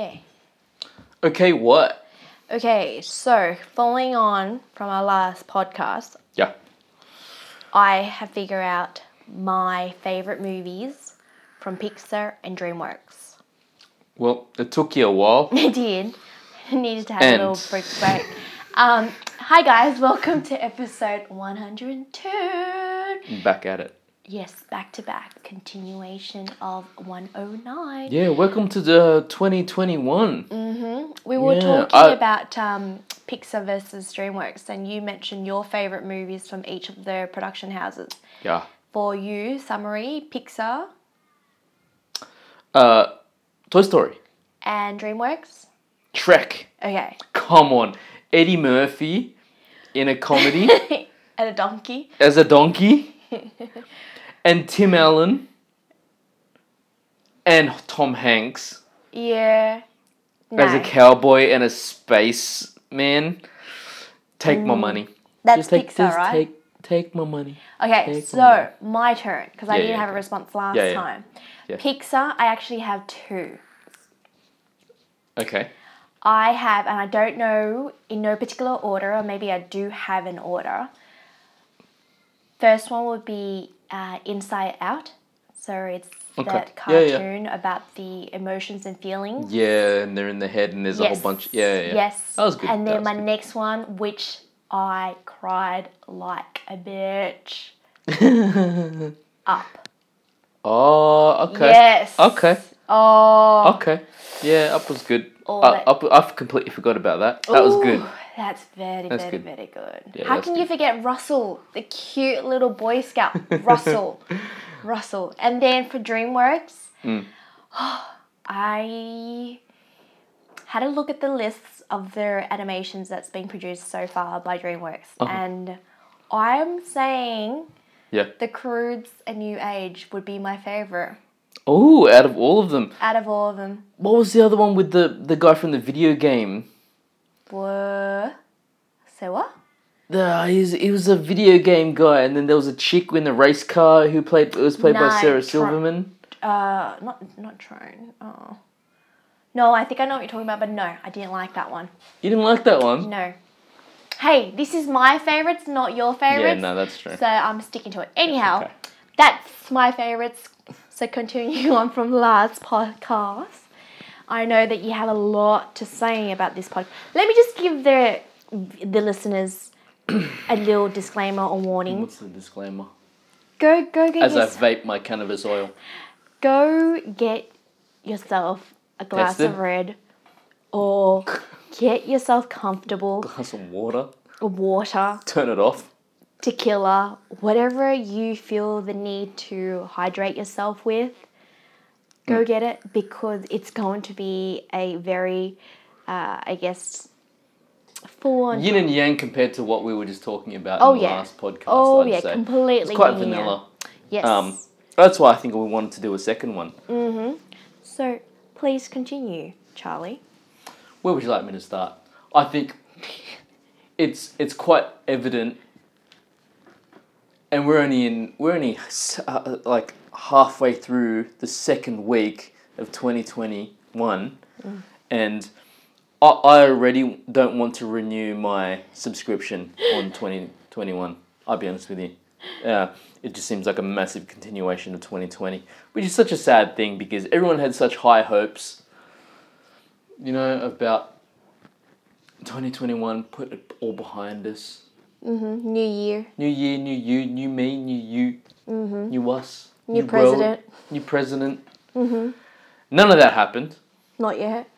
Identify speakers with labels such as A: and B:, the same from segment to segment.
A: Okay.
B: Okay, what?
A: Okay, so following on from our last podcast,
B: Yeah.
A: I have figured out my favorite movies from Pixar and DreamWorks.
B: Well, it took you a while.
A: I did. I needed to have
B: And-
A: a little break break. Um, hi guys, welcome to episode 102.
B: Back at it.
A: Yes, back to back continuation of 109.
B: Yeah, welcome to the 2021.
A: We were
B: Yeah,
A: talking
B: I-
A: about um, Pixar versus DreamWorks, and you mentioned your favorite movies from each of their production houses.
B: Yeah.
A: For you, summary Pixar
B: Uh, Toy Story,
A: and DreamWorks.
B: Trek.
A: Okay,
B: Come on, Eddie Murphy in a comedy
A: and a donkey.
B: as a donkey, and Tim Allen and Tom Hanks
A: Yeah.
B: as a
A: no,
B: cowboy and a space man. Take my money.
A: that's
B: Just take
A: Pixar,
B: just
A: right?
B: Take, take my money.
A: okay,
B: take
A: so my turn because I
B: Yeah,
A: didn't
B: yeah,
A: have a
B: okay.
A: response last
B: Yeah, yeah.
A: time.
B: Yeah.
A: Pixar, I actually have two.
B: Okay.
A: I have, and I don't know in no particular order, or maybe I do have an order. First one would be uh, Inside Out. So it's
B: Okay.
A: that
B: Yeah, yeah.
A: cartoon about the emotions and feelings.
B: Yeah, and they're in the head, and there's a whole bunch. Yeah, yeah, yeah.
A: Yes.
B: That was good.
A: And
B: that
A: then
B: was
A: my
B: good.
A: next one, which I cried like a bitch. Up.
B: Oh, okay.
A: Yes.
B: Okay.
A: Oh.
B: Okay. Yeah, up was good.
A: All
B: Uh,
A: that-
B: up, I've completely forgot about that. That was good.
A: Ooh, That's very,
B: That's
A: very,
B: good.
A: very good.
B: Yeah,
A: How
B: that's
A: can you forget Russell, the cute little Boy Scout? Russell. Russell. And then for DreamWorks,
B: Mm.
A: I had a look at the lists of their animations that's been produced so far by DreamWorks.
B: Uh-huh.
A: And I'm saying
B: Yeah.
A: The Croods and New Age would be my favorite
B: Oh, out of all of them,
A: out of all of them.
B: what was the other one with the the guy from the video game?
A: Were. So what?
B: The, he's, he was a video game guy, and then there was a chick in the race car who played. It was played by
A: No, Tron-
B: Sarah Silverman.
A: Uh, not not Trone. Oh, no, I think I know what you're talking about, but no, I didn't like that one.
B: You didn't like that one?
A: No. Hey, this is my favorites, not your
B: yeah,
A: favorites.
B: no, that's true.
A: So I'm sticking to it. Anyhow,
B: okay.
A: that's my favorites. So continuing on from last podcast, I know that you have a lot to say about this podcast. Let me just give the the listeners a little disclaimer or warning.
B: What's the disclaimer?
A: Go go get
B: Mm. As
A: your
B: I vape my cannabis oil.
A: go get yourself a glass
B: Tested?
A: of red or get yourself comfortable
B: Glass of water.
A: water
B: Turn it off.
A: tequila whatever you feel the need to hydrate yourself with
B: Mm.
A: go get it because it's going to be a very uh, i guess full on
B: Yin and yang compared to what we were just talking about
A: Oh,
B: in the
A: yeah.
B: last podcast.
A: Oh,
B: I'd
A: yeah,
B: say.
A: completely
B: It's quite
A: yin and yang.
B: vanilla.
A: yes
B: Um, that's why I think we wanted to do a second one.
A: so please continue charlie
B: Where would you like me to start? I think it's it's quite evident, and we're only in we're only s- uh, like halfway through the second week of twenty twenty one, and. I I already don't want to renew my subscription on 2021. I'll be honest with you. Uh, it just seems like a massive continuation of 2020, which is such a sad thing because everyone had such high hopes, you know, about 2021, put it all behind us.
A: Mm-hmm. new year
B: New year, new you, new me, new you, new us,
A: Mm-hmm. New
B: world,
A: president. Mm-hmm.
B: new president. None of that happened.
A: not yet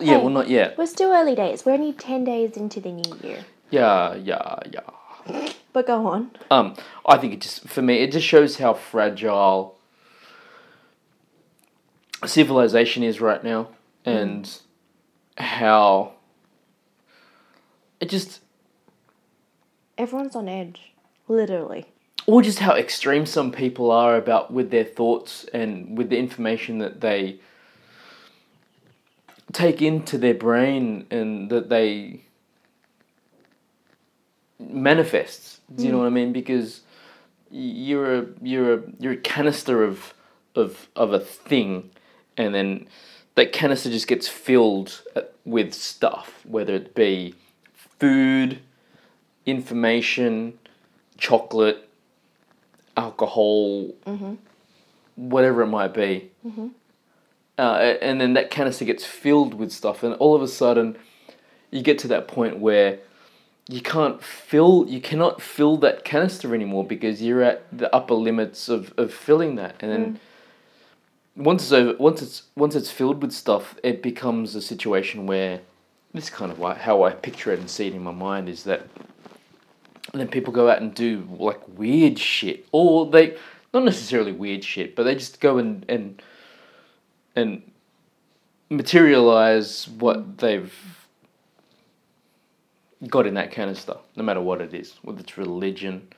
B: Yeah,
A: Hey.
B: well, not yet.
A: we're still early days we're only 10 days into the new year
B: Yeah, yeah, yeah.
A: but go on
B: Um, I think it just for me it just shows how fragile civilization is right now,
A: Mm.
B: and how it just
A: Everyone's on edge, literally.
B: or just how extreme some people are about with their thoughts and with the information that they take into their brain and that they manifest. Do you know what I mean? Because you're a you're a you're a canister of of of a thing, and then that canister just gets filled uh, with stuff, whether it be food, information, chocolate, alcohol, whatever it might be. Uh, a- and then that canister gets filled with stuff, and all of a sudden, you get to that point where you can't fill you cannot fill that canister anymore because you're at the upper limits of, of filling that and then once it's over once it's once it's filled with stuff it becomes a situation where this is kind of like how i picture it and see it in my mind is that and then people go out and do like weird shit or they not necessarily weird shit but they just go and and and materialize what they've got in that canister, no matter what it is, whether it's religion,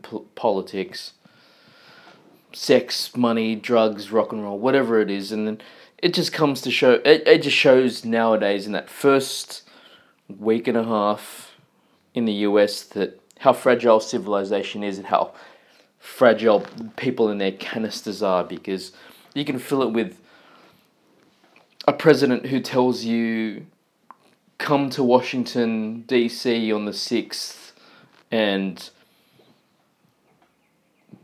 B: po- politics, sex, money, drugs, rock and roll, whatever it is, and then it just comes to show. It, it just shows nowadays in that first week and a half in the U.S. that how fragile civilization is and how fragile people in their canisters are because you can fill it with a president who tells you come to Washington DC on the sixth, and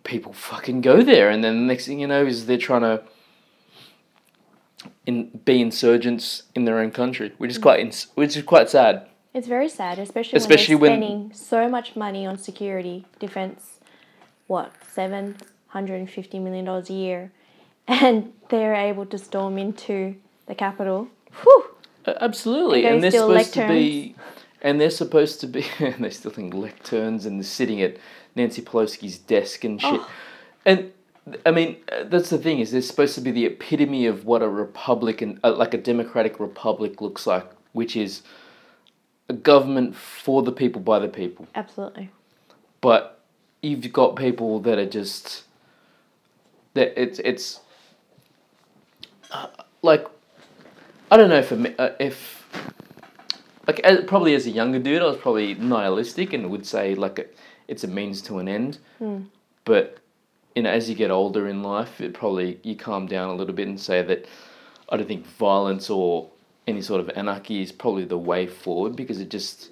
B: people fucking go there, and then the next thing you know is they're trying to in be insurgents in their own country, which is quite ins- which is quite sad.
A: It's very sad, especially,
B: Especially when-
A: when they're spending so much money on security, defense, what, seven hundred and fifty million dollars a year, and they're able to storm into the capital. Whew.
B: A- Uh, Absolutely,
A: They
B: and they're
A: steal
B: supposed to be, and they're supposed to be, and they still think lecterns and they're sitting at Nancy Pelosi's desk and shit. And I mean, uh, that's the thing is they're supposed to be the epitome of what a republican, uh, like a democratic republic, looks like, which is a government for the people by the people
A: Absolutely.
B: but you've got people that are just that it's it's uh, like I don't know if uh, if like as, probably as a younger dude I was probably nihilistic and would say like it- it's a means to an end, but you know as you get older in life it probably you calm down a little bit and say that I don't think violence or any sort of anarchy is probably the way forward because it just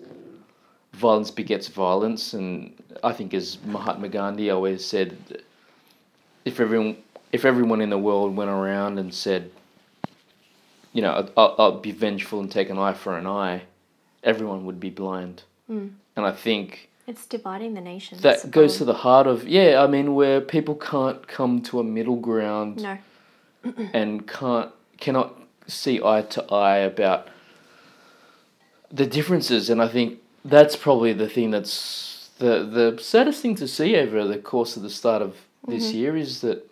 B: violence begets violence, and I think as Mahatma Gandhi always said, if everyone if everyone in the world went around and said, you know, I'll, I'll be vengeful and take an eye for an eye, everyone would be blind. And I think
A: It's dividing the nation.
B: that goes to the heart of yeah. I mean, where people can't come to a middle ground
A: No.
B: and can't cannot see eye to eye about the differences and I think that's probably the thing that's the the saddest thing to see over the course of the start of this year is that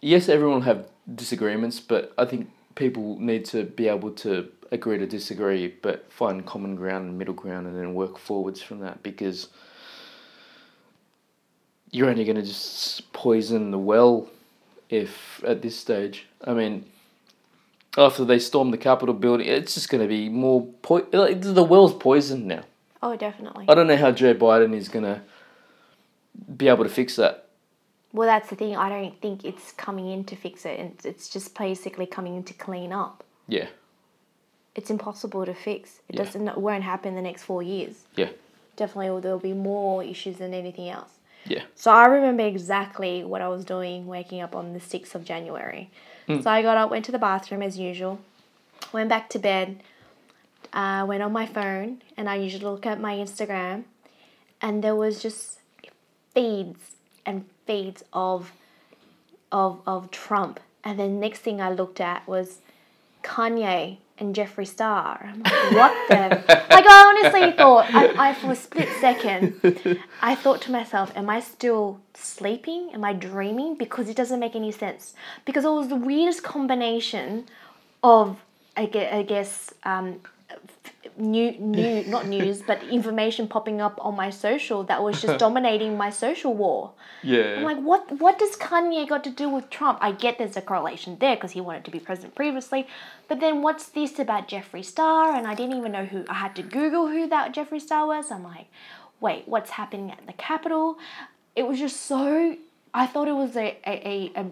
B: yes everyone will have disagreements but I think people need to be able to agree to disagree but find common ground and middle ground and then work forwards from that because you're only going to just poison the well if at this stage. I mean, after they storm the Capitol building, it's just going to be more po- like the well's poisoned now.
A: Oh, definitely.
B: I don't know how Joe Biden is going to be able to fix that.
A: Well, that's the thing. I don't think it's coming in to fix it. and It's just basically coming in to clean up.
B: Yeah,
A: It's impossible to fix. It
B: Yeah.
A: doesn't. It won't happen in the next four years.
B: yeah,
A: Definitely, there'll be more issues than anything else.
B: yeah.
A: So I remember exactly what I was doing waking up on the 6th of January. So I got up, went to the bathroom as usual, went back to bed, uh, went on my phone, and I usually look at my Instagram, and there was just feeds and feeds of of of Trump. And then next thing I looked at was Kanye and Jeffree Star. I'm like, what the? like I honestly thought, I, I for a split second, I thought to myself, am I still sleeping? Am I dreaming? Because it doesn't make any sense. Because it was the weirdest combination of, I gue- I guess, um, new, new, not news, but information popping up on my social that was just dominating my social war.
B: Yeah.
A: I'm like, what what does Kanye got to do with Trump? I get there's a correlation there because he wanted to be president previously, but then what's this about Jeffree Star? And I didn't even know who. I had to Google who that Jeffree Star was. I'm like, wait, what's happening at the Capitol? It was just so. I thought it was a a, a, a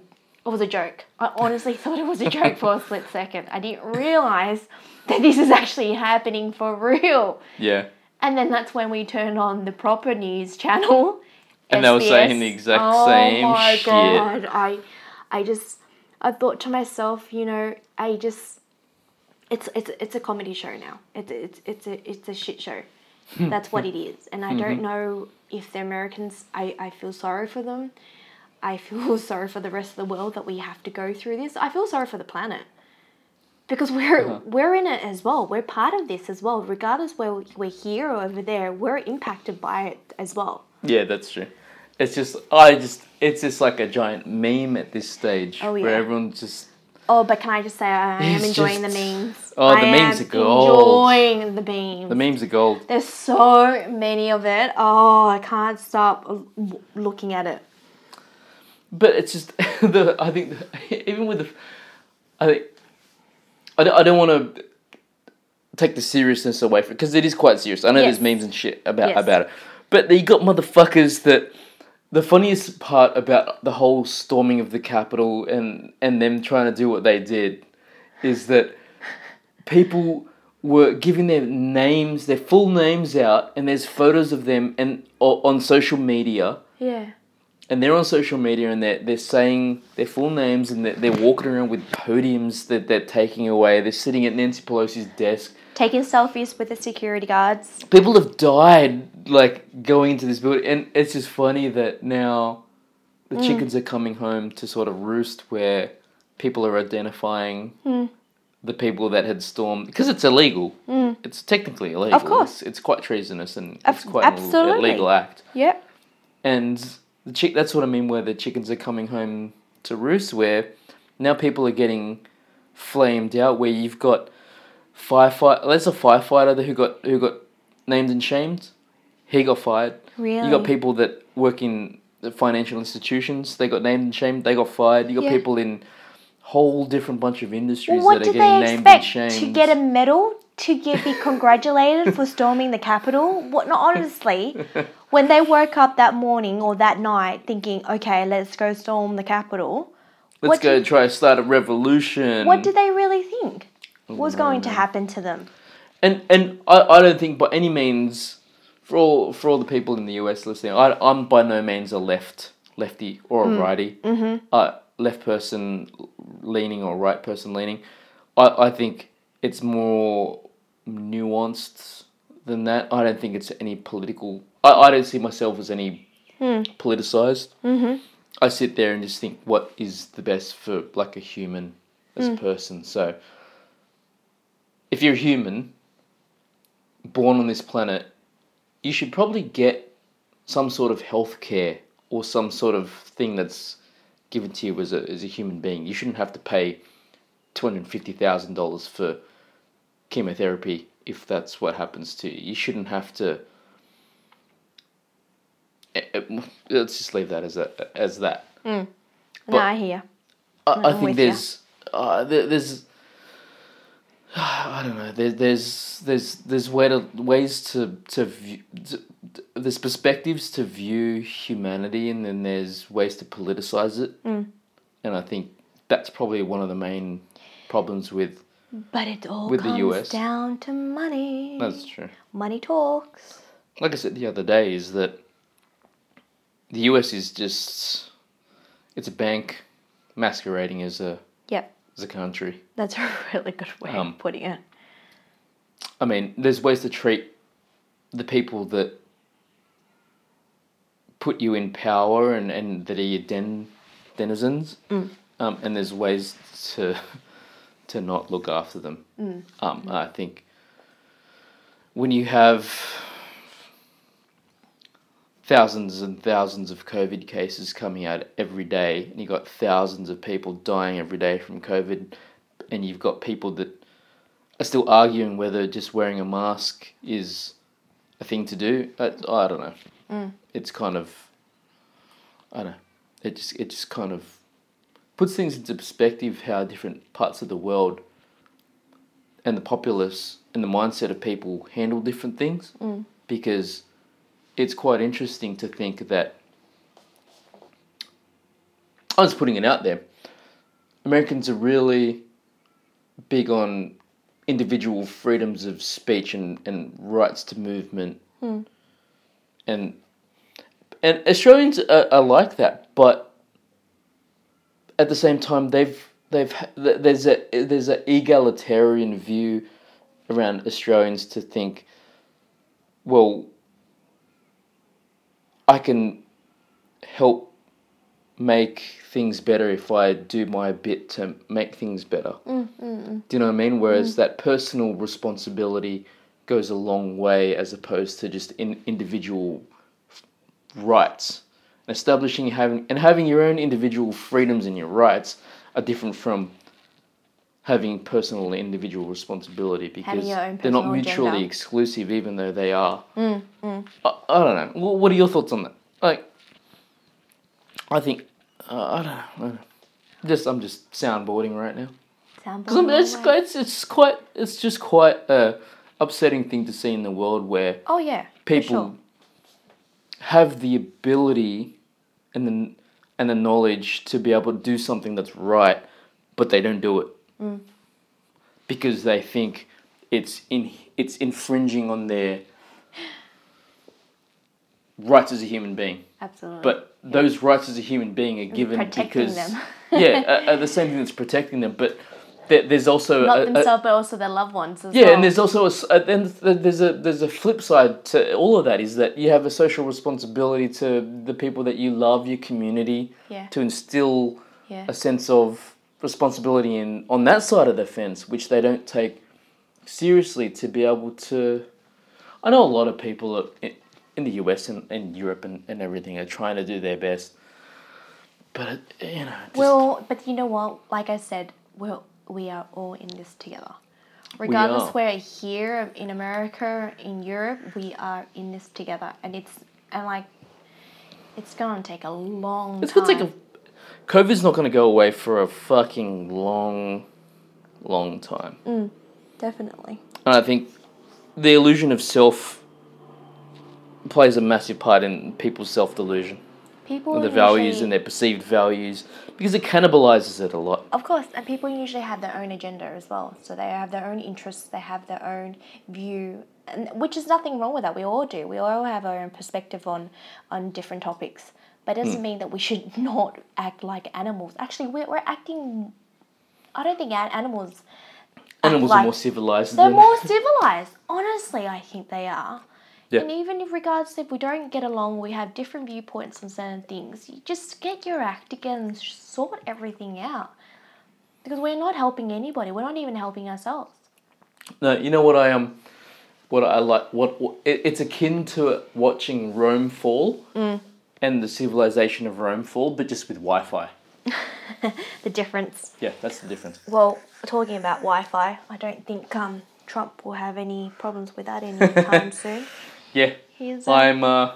A: it was a joke. I honestly thought it was a joke for a split second. I didn't realize that this is actually happening for real.
B: Yeah.
A: And then that's when we turned on the proper news channel.
B: And they were
A: SBS.
B: saying the exact
A: oh
B: same
A: my
B: shit.
A: god! I, I just, I thought to myself, you know, I just, it's it's it's a comedy show now. It's it's it's a it's a shit show. That's what it is. And I
B: Mm-hmm.
A: don't know if the Americans. I I feel sorry for them. I feel sorry for the rest of the world that we have to go through this. I feel sorry for the planet because we're
B: Uh-huh.
A: we're in it as well. We're part of this as well. Regardless where we're here or over there, we're impacted by it as well.
B: Yeah, that's true. It's just I just it's just like a giant meme at this stage
A: Oh,
B: where
A: yeah.
B: everyone just
A: Oh, but can I just say I am
B: It's
A: enjoying
B: just-
A: the memes.
B: Oh, the
A: I
B: memes
A: am
B: are gold.
A: Enjoying the memes.
B: the memes are gold.
A: There's so many of it. Oh, I can't stop l- w- looking at it.
B: But it's just the I think the, even with the I think I don't, I don't want to take the seriousness away from it because it is quite serious. I know
A: Yes.
B: there's memes and shit about
A: Yes.
B: about it, but you got motherfuckers that. The funniest part about the whole storming of the Capitol and and them trying to do what they did is that people were giving their names, their full names out, and there's photos of them and o- on social media
A: Yeah.
B: and they're on social media and they're, they're saying their full names and they're, they're walking around with podiums that they're taking away. They're sitting at Nancy Pelosi's desk.
A: Taking selfies with the security guards.
B: People have died, like, going into this building. And it's just funny that now the
A: Mm.
B: chickens are coming home to sort of roost where people are identifying
A: Hmm.
B: the people that had stormed. Because it's illegal. It's technically illegal.
A: Mm. course.
B: It's, it's quite treasonous and
A: Of-
B: it's quite an
A: absolutely.
B: illegal act.
A: Yep.
B: and the chick that's what I mean where the chickens are coming home to roost where now people are getting flamed out where you've got firefighter there's a firefighter who got who got named and shamed he got fired you
A: Really?
B: got people that work in the financial institutions they got named and shamed they got fired you got
A: Yeah.
B: people in whole different bunch of industries
A: What
B: that are
A: did
B: getting
A: they
B: named and
A: expect
B: shamed
A: to get a medal to get, be congratulated for storming the Capitol? What? No, honestly, when they woke up that morning or that night thinking, okay, let's go storm the Capitol,
B: let's
A: what
B: go
A: did-
B: try to start a revolution
A: what did they really think was
B: no,
A: going to happen to them?
B: and and I, I don't think by any means for all for all the people in the US listening, I I'm by no means a left lefty or a righty, mm-hmm. uh, left person leaning or right person leaning. I I think it's more nuanced than that. I don't think it's any political. I, I don't see myself as any politicized. Hmm. Mm-hmm. I sit there and just think what is the best for like a human as a person. So if you're a human born on this planet, you should probably get some sort of health care or some sort of thing that's given to you as a, as a human being. You shouldn't have to pay $250,000 for chemotherapy if that's what happens to you. You shouldn't have to. eh, eh, Let's just leave that as, a, as that.
A: no,
B: But-
A: I hear.
B: I, I
A: I'm
B: think
A: with ya.
B: there's uh, there, there's I don't know there, there's there's there's way to, ways to to view to, there's perspectives to view humanity and then there's ways to politicize it
A: Mm.
B: and I think that's probably one of the main problems with
A: But it all
B: With the
A: comes
B: US.
A: down to money.
B: that's true
A: Money talks.
B: like I said the other day is that the US is just it's a bank masquerading as a
A: Yep,
B: as a country
A: that's a really good way
B: Um,
A: of putting it.
B: I mean, there's ways to treat the people that put you in power and, and that are your den, denizens, um, and there's ways to to not look after them. Um, I think when you have thousands and thousands of COVID cases coming out every day, and you've got thousands of people dying every day from COVID, and you've got people that are still arguing whether just wearing a mask is a thing to do. I, I don't know. It's kind of, I don't know. It just it just kind of puts things into perspective how different parts of the world and the populace and the mindset of people handle different things because it's quite interesting to think that I'm just putting it out there Americans are really big on individual freedoms of speech and, and rights to movement. And and Australians are, are like that, but at the same time they've they've ha- th- there's a there's an egalitarian view around Australians to think well I can help make things better if I do my bit to make things better. Do you know what I mean? Whereas
A: Mm.
B: that personal responsibility goes a long way as opposed to just in individual f- rights. Establishing having and having your own individual freedoms and your rights are different from having personal and individual responsibility because
A: your own
B: they're not
A: personal
B: mutually
A: agenda. Mm,
B: exclusive, even though they are. I, I don't know. Wh- What are your thoughts on that? Like, I think uh, I don't know. I don't know. Just I'm just soundboarding right now.
A: Sound
B: Because
A: boring
B: it's,
A: way.
B: quite- it's it's quite it's just quite a upsetting thing to see in the world where
A: Oh yeah. for
B: people
A: sure.
B: have the ability and the and the knowledge to be able to do something that's right, but they don't do it
A: Mm.
B: because they think it's in it's infringing on their rights as a human being.
A: Absolutely.
B: But those rights as a human being are given
A: protecting
B: because
A: them.
B: yeah, uh, uh, the same thing that's protecting them. But there, there's also
A: not
B: a- a,
A: themselves, but also their loved ones as
B: uh, yeah,
A: well.
B: and there's also a s- uh, then th- there's a there's a flip side to all of that is that you have a social responsibility to the people that you love, your community,
A: Yeah.
B: to instill
A: yeah.
B: a sense of responsibility in on that side of the fence, which they don't take seriously. To be able to, I know a lot of people are- in, in the U.S. and, and Europe and, and everything are trying to do their best, but uh, you know, just,
A: Well, but you know what? Like I said, we're, we are all in this together. Regardless,
B: are.
A: we are here in America, in Europe, we are in this together, and it's and like it's gonna take a long.
B: It's
A: time.
B: gonna take a. COVID's not gonna go away for a fucking long, long time.
A: definitely.
B: And I think the illusion of self plays a massive part in people's self delusion,
A: People
B: the values
A: usually-
B: and their perceived values, because it cannibalizes it a lot.
A: Of course, and people usually have their own agenda as well. So they have their own interests, they have their own view, and which is nothing wrong with that. We all do. We all have our own perspective on on different topics. But
B: Hmm.
A: it doesn't mean that we should not act like animals. Actually, we're, we're acting. I don't think an- animals. act
B: Animals
A: like-
B: are more civilized
A: They're
B: than
A: more civilized. Honestly, I think they are.
B: Yeah.
A: And even if regards if we don't get along, we have different viewpoints on certain things. You just get your act together and sort everything out. Because we're not helping anybody. We're not even helping ourselves.
B: No, you know what I Um, what I like, what, what it, it's akin to watching Rome fall
A: Mm.
B: and the civilization of Rome fall, but just with Wi-Fi.
A: The difference.
B: Yeah, that's the difference.
A: Well, talking about Wi-Fi, I don't think um, Trump will have any problems with that anytime soon.
B: Yeah,
A: He's a-
B: I'm. Uh,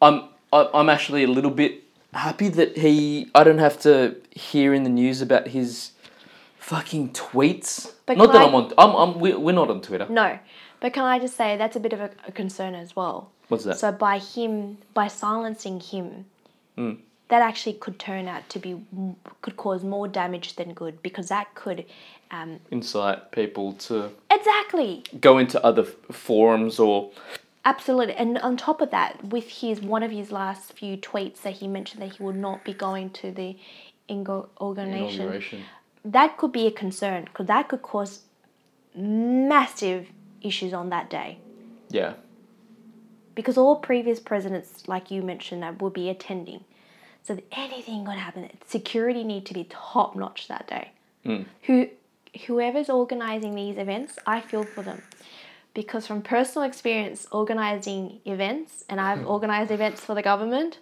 B: I'm. I- I'm actually a little bit happy that he. I don't have to hear in the news about his fucking tweets.
A: But
B: not
A: can
B: that
A: I-
B: I'm on. I'm. I'm we're, we're not on Twitter.
A: No, but can I just say that's a bit of a, a concern as well.
B: What's that?
A: So by him, by silencing him, that actually could turn out to be m- could cause more damage than good because that could, um,
B: Incite people to
A: exactly,
B: go into other f- forums or
A: absolutely. And on top of that, with his one of his last few tweets that he mentioned that he would not be going to the inauguration,
B: inauguration.
A: that could be a concern because that could cause massive issues on that day.
B: Yeah.
A: because all previous presidents, like you mentioned, that will be attending. So that anything could happen. Security need to be top notch that day. Who, whoever's organising these events, I feel for them, because from personal experience organising events, and I've organised events for the government.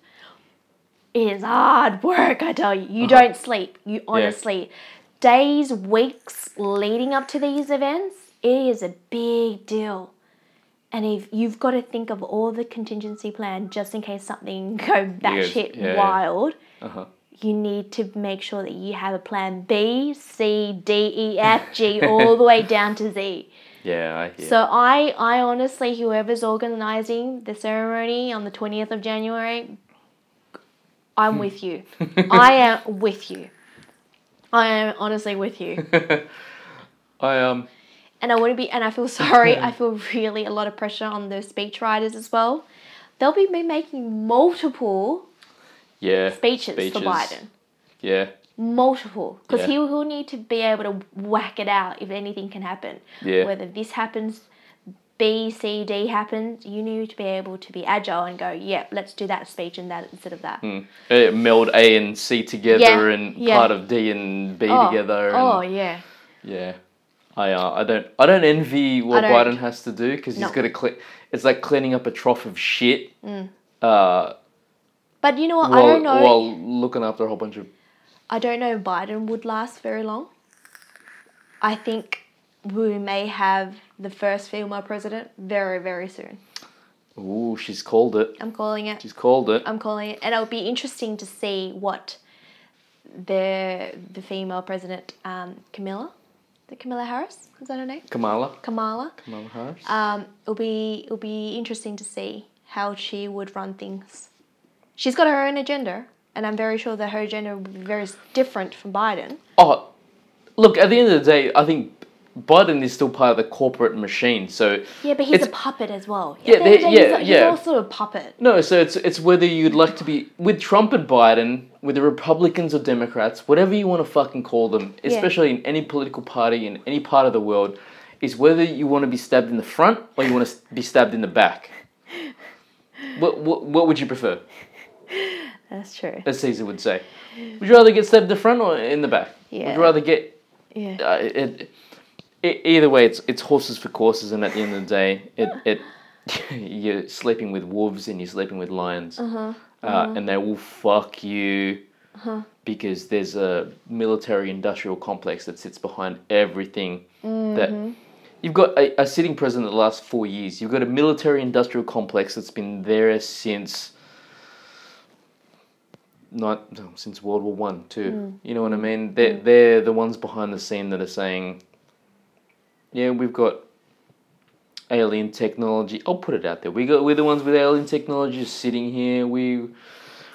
A: It is hard work, I tell you. You don't sleep. You honestly, days, weeks leading up to these events, it is a big deal. And if you've got to think of all the contingency plan just in case something go batshit
B: yeah, yeah.
A: wild,
B: Uh-huh.
A: you need to make sure that you have a plan B, C, D, E, F, G, all the way down to Z.
B: Yeah, I hear.
A: So I, I honestly, whoever's organising the ceremony on the twentieth of January,
B: Hmm.
A: I'm with you. I am with you. I am honestly with you.
B: I um
A: And I wouldn't be, and I feel sorry. I feel really a lot of pressure on those speech writers as well. They'll be making multiple
B: yeah
A: speeches, for
B: Speeches.
A: Biden.
B: yeah
A: Multiple. Because
B: Yeah.
A: he will need to be able to whack it out if anything can happen.
B: Yeah.
A: Whether this happens, B, C, D happens, you need to be able to be agile and go, yep, let's do that speech and that instead of that.
B: Eh, meld A and C together
A: Yeah,
B: and
A: yeah.
B: part of D and B
A: Oh,
B: together and
A: Oh, yeah.
B: yeah. I uh, I don't I don't envy what
A: I don't.
B: Biden has to do because
A: No.
B: he's got to clean. It's like cleaning up a trough of shit. Uh,
A: But you know what?
B: while,
A: I don't know.
B: while looking after a whole bunch of
A: I don't know if Biden would last very long. I think we may have the first female president very, very soon.
B: ooh, she's called it.
A: I'm calling it.
B: She's called it.
A: I'm calling it. And it'll be interesting to see what the the female president, um, Camilla, the Camilla Harris, is that her name?
B: Kamala.
A: Kamala.
B: Kamala Harris.
A: Um, it'll be it'll be interesting to see how she would run things. She's got her own agenda, and I'm very sure that her agenda will be very s- different from Biden.
B: Oh, look. At the end of the day, I think Biden is still part of the corporate machine. So
A: Yeah, but he's
B: It's-
A: a puppet as well.
B: Yeah,
A: At the end of
B: they-
A: the day,
B: yeah,
A: he's, a-
B: yeah.
A: he's also a puppet.
B: No, so it's it's whether you'd like to be with Trump and Biden, with the Republicans or Democrats, whatever you want to fucking call them, especially in any political party in any part of the world, is whether you want to be stabbed in the front or you want to be stabbed in the back. What, what what would you prefer?
A: That's true.
B: As Caesar would say, would you rather get stabbed in the front or in the back? Would
A: Yeah.
B: you rather get
A: Yeah.
B: uh, it, it, either way, it's it's horses for courses, and at the end of the day, it it you're sleeping with wolves and you're sleeping with lions,
A: Uh-huh.
B: uh and they will fuck you because there's a military-industrial complex that sits behind everything
A: Mm-hmm.
B: that. You've got a, a sitting president the last four years. You've got a military-industrial complex that's been there since not no, since World War One, too.
A: Mm.
B: You know what I mean? They're they're the ones behind the scene that are saying, yeah, we've got alien technology. I'll put it out there. We got we're the ones with alien technology sitting here. We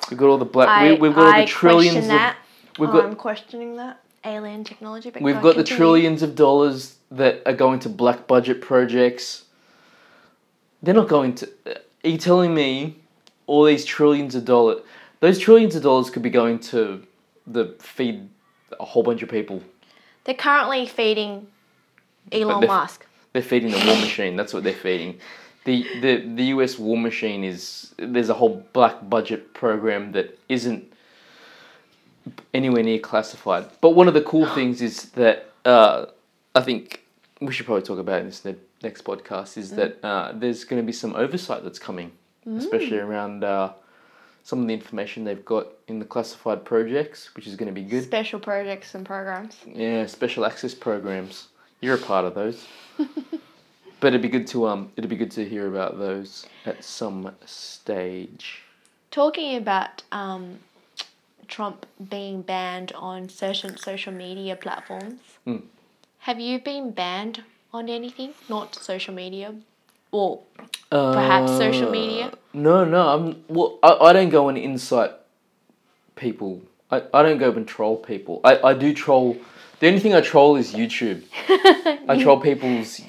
B: we've got all the black.
A: I,
B: we, we've got all
A: I
B: the trillions.
A: question that. Oh,
B: Of, we've got
A: I'm questioning that alien technology. But
B: we've
A: go on,
B: got the
A: continue.
B: trillions of dollars that are going to black budget projects. They're not going to. Are you telling me all these trillions of dollars? Those trillions of dollars could be going to the feed a whole bunch of people.
A: They're currently feeding
B: But
A: Elon
B: they're-
A: Musk.
B: They're feeding the war machine. That's what they're feeding. The, the the U.S. war machine is there's a whole black budget program that isn't anywhere near classified. But one of the cool things is that uh, I think we should probably talk about in this ne- next podcast is that uh, there's going to be some oversight that's coming, especially around uh, some of the information they've got in the classified projects, which is going to be good.
A: Special projects and programs.
B: Yeah, special access programs. You're a part of those. but it'd be good to um it'd be good to hear about those at some stage.
A: Talking about um, Trump being banned on certain social media platforms.
B: Mm.
A: Have you been banned on anything? Not social media, or
B: Perhaps
A: social media?
B: Uh, No, no, I'm well I, I don't go and incite people. I, I don't go up and troll people. I, I do troll the only thing I troll is YouTube. I troll people's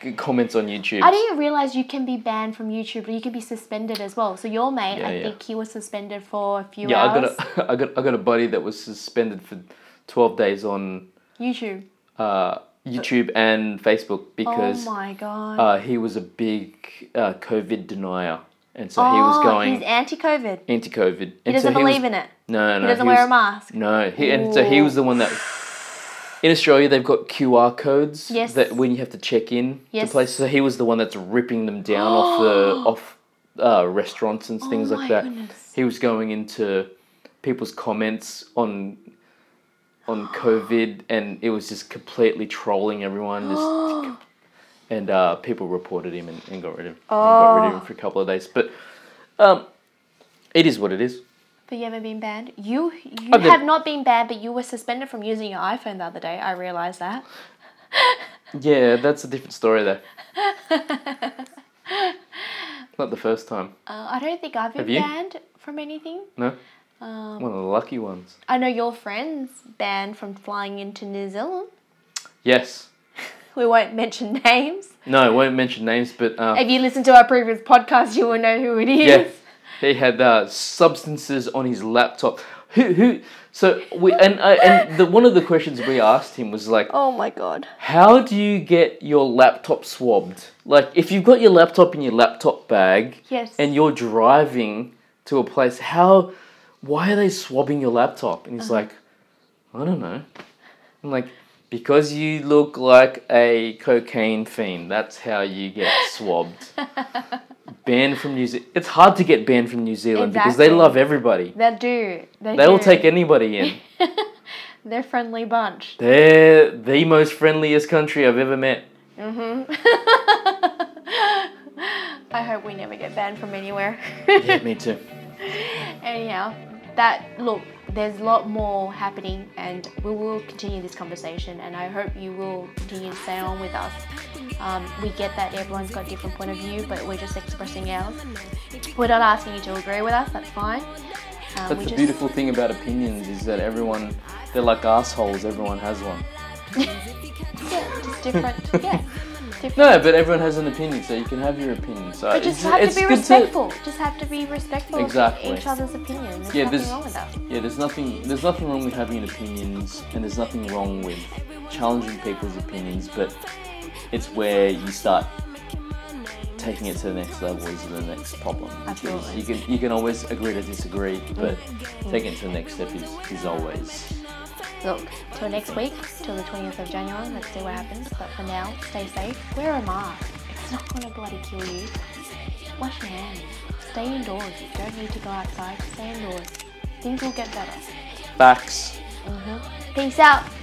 B: g- comments on YouTube.
A: I didn't realize you can be banned from YouTube, but you can be suspended as well. So your mate,
B: Yeah,
A: I
B: yeah.
A: think he was suspended for a few
B: yeah, I
A: hours.
B: got a I got I got a buddy that was suspended for twelve days on
A: YouTube.
B: uh, YouTube and Facebook because
A: oh my god.
B: uh, he was a big uh, COVID denier, and so he was
A: Oh,
B: going
A: He's anti-COVID.
B: anti-COVID.
A: He doesn't believe in it.
B: No, no,
A: He doesn't
B: was,
A: wear a mask.
B: No, he, and so he
A: Ooh.
B: was the one that. In Australia, they've got QR codes
A: Yes.
B: that when you have to check in
A: Yes.
B: to places. So he was the one that's ripping them down off the off uh, restaurants and things
A: Oh my
B: like that.
A: goodness.
B: He was going into people's comments on on COVID, and it was just completely trolling everyone. Just, and uh, people reported him and, and got rid of and got rid of him
A: Oh.
B: for a couple of days. But um, it is what it is.
A: But you haven't been banned. You you
B: I've been-
A: have not been banned, but you were suspended from using your iPhone the other day. I realized that.
B: Yeah, that's a different story though. Not the first time.
A: Uh, I don't think I've been
B: Have you?
A: banned from anything.
B: No.
A: Um,
B: One of the lucky ones.
A: I know your friends banned from flying into New Zealand.
B: Yes.
A: We won't mention names.
B: No, I won't mention names, but uh,
A: If you listen to our previous podcast, you will know who it is.
B: yeah, he had uh, substances on his laptop. Who who? So we and I and the one of the questions we asked him was like,
A: Oh my god.
B: How do you get your laptop swabbed? Like, if you've got your laptop in your laptop bag
A: Yes.
B: and you're driving to a place, how, why are they swabbing your laptop? And he's
A: Uh-huh.
B: like, I don't know. I'm like, because you look like a cocaine fiend. That's how you get swabbed. banned from New Zealand. It's hard to get banned from New Zealand because they
A: Exactly.
B: love everybody.
A: they do. They,
B: They will
A: do.
B: take anybody in.
A: They're a friendly bunch.
B: They're the most friendliest country I've ever met.
A: hmm I hope we never get banned from anywhere.
B: Yeah, me too.
A: Anyhow, that look, there's a lot more happening, and we will continue this conversation. And I hope you will continue to stay on with us. Um, we get that everyone's got a different point of view, but we're just expressing ours. We're not asking you to agree with us. That's fine. Um,
B: That's
A: we
B: the
A: just-
B: beautiful thing about opinions is that everyone, they're like assholes. Everyone has one.
A: Yeah, just different. Yeah. Different.
B: No, but everyone has an opinion, so you can have your opinion. So
A: But
B: it's,
A: just have
B: it's
A: to be
B: good
A: respectful. Just have to be respectful
B: Exactly.
A: of each other's opinion. There's
B: Yeah,
A: nothing
B: there's-
A: wrong with that.
B: Yeah, there's nothing. There's nothing wrong with having opinions, and there's nothing wrong with challenging people's opinions. But it's where you start taking it to the next level is the next problem. which is
A: Absolutely.
B: You can you can always agree to disagree, but taking it to the next step is, is always
A: Look, till next week, till the 20th of January, let's see what happens. But for now, stay safe. Wear a mask. It's not going to bloody kill you. Wash your hands. Stay indoors. You don't need to go outside. Stay indoors. Things will get better.
B: facts.
A: Peace out.